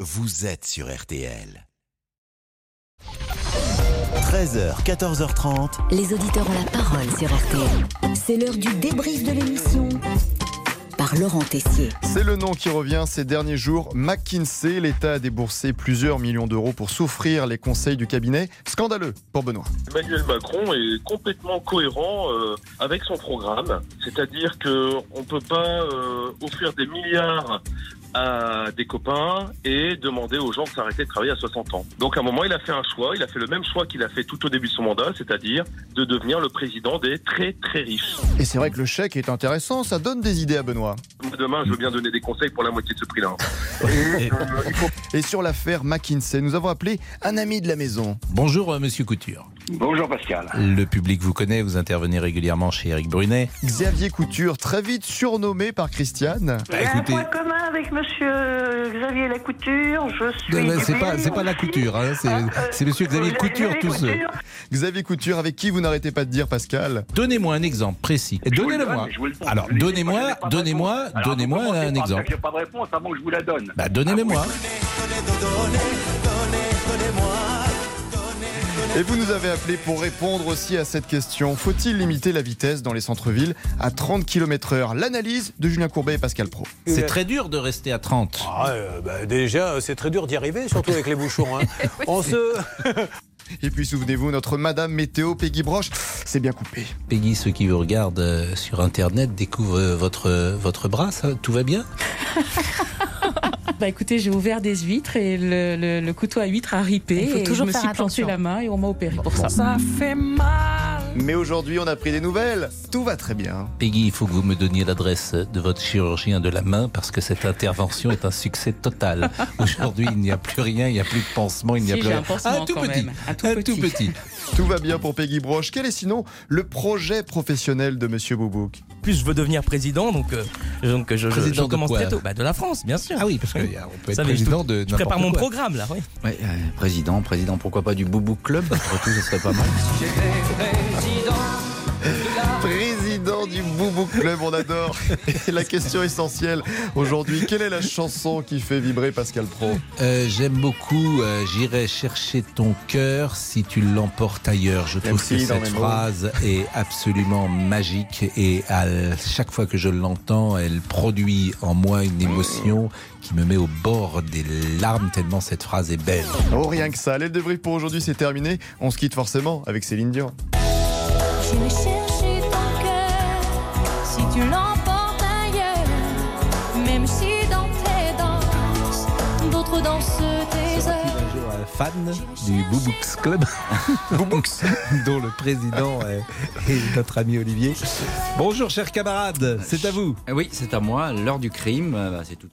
vous êtes sur RTL. 13h, 14h30. Les auditeurs ont la parole sur RTL. C'est l'heure du débrief de l'émission par Laurent Tessier. C'est le nom qui revient ces derniers jours. McKinsey, l'État a déboursé plusieurs millions d'euros pour souffrir les conseils du cabinet. Scandaleux pour Benoît. Emmanuel Macron est complètement cohérent euh, avec son programme. C'est-à-dire qu'on ne peut pas euh, offrir des milliards à des copains et demander aux gens de s'arrêter de travailler à 60 ans. Donc à un moment, il a fait un choix, il a fait le même choix qu'il a fait tout au début de son mandat, c'est-à-dire de devenir le président des très très riches. Et c'est vrai que le chèque est intéressant, ça donne des idées à Benoît. Moi, Demain, je veux bien donner des conseils pour la moitié de ce prix-là. Et sur l'affaire McKinsey, nous avons appelé un ami de la maison. Bonjour, euh, monsieur Couture. Bonjour Pascal. Le public vous connaît, vous intervenez régulièrement chez Eric Brunet. Xavier Couture, très vite surnommé par Christiane. Bah, J'ai un écoutez, point commun avec monsieur euh, Xavier Lacouture. Je suis. non, non, c'est du pas, Bélier c'est pas la aussi. couture, hein, c'est, Ah, euh, c'est monsieur Xavier euh. Xavier Couture, tout seul. Couture. Xavier Couture, avec qui vous n'arrêtez pas de dire Pascal Donnez-moi un exemple précis. Je vous le Donnez-le-moi. donne, je vous le donne. Alors, Je l'ai- donnez-moi- je n'ai pas de donnez-moi- réponse. Alors, donnez-moi vous commencez un par exemple. dire que J'ai pas de Ah réponse avant que je vous la donne. Bah, donnez-le-moi. Et vous nous avez appelé pour répondre aussi à cette question. Faut-il limiter la vitesse dans les centres-villes à 30 km/h L'analyse de Julien Courbet et Pascal Pro. C'est très dur de rester à 30. Ah, euh, bah, déjà, euh, c'est très dur d'y arriver, surtout avec les bouchons. hein. On se. Et puis souvenez-vous, notre Madame Météo Peggy Broche s'est bien coupée. Peggy, ceux qui vous regardent euh, sur Internet découvrent euh, votre, euh, votre bras, ça, tout va bien Bah écoutez, j'ai ouvert des huîtres et le, le- le couteau à huîtres a ripé. Il faut et toujours je me faire suis attention. planté la main et on m'a opéré pour ça. Mais aujourd'hui, on a pris des nouvelles. Tout va très bien. Peggy, il faut que vous me donniez l'adresse de votre chirurgien de la main parce que cette intervention est un succès total. Aujourd'hui, il n'y a plus rien, il n'y a plus de pansement, il n'y a Si, plus j'ai rien. un pansement un tout quand petit, même, un tout petit. Tout va bien pour Peggy Broche. Quel est sinon le projet professionnel de Monsieur Boubouk plus je veux devenir président, donc, euh, donc je- je, je Président de commence quoi très tôt. Bah, de la France, bien sûr. Ah oui, parce qu'on peut être Ça, mais je président de je prépare n'importe mon quoi. programme là, oui. Ouais, président, président, pourquoi pas du Boubou Club Après tout, ce serait pas mal. Président du Boubou Club, on adore. Et la question essentielle aujourd'hui, quelle est la chanson qui fait vibrer Pascal Pro Euh, J'aime beaucoup. euh, J'irai chercher ton cœur si tu l'emportes ailleurs. Je trouve Merci, que dans cette mes mots. phrase est absolument magique et à l- chaque fois que je l'entends, elle produit en moi une émotion qui me met au bord des larmes tellement cette phrase est belle. Oh, rien que ça. Allez, le débrief pour aujourd'hui, c'est terminé. On se quitte forcément avec Céline Dion. J'irai chercher ton cœur si tu l'emportes ailleurs, même si dans tes danses, d'autres dansent tes heures. Un jour, un fan du Boubooks Club, dont le président est, est notre ami Olivier. Bonjour, chers camarades, c'est à vous. Eh Oui, c'est à moi, l'heure du crime, euh, bah, c'est tout.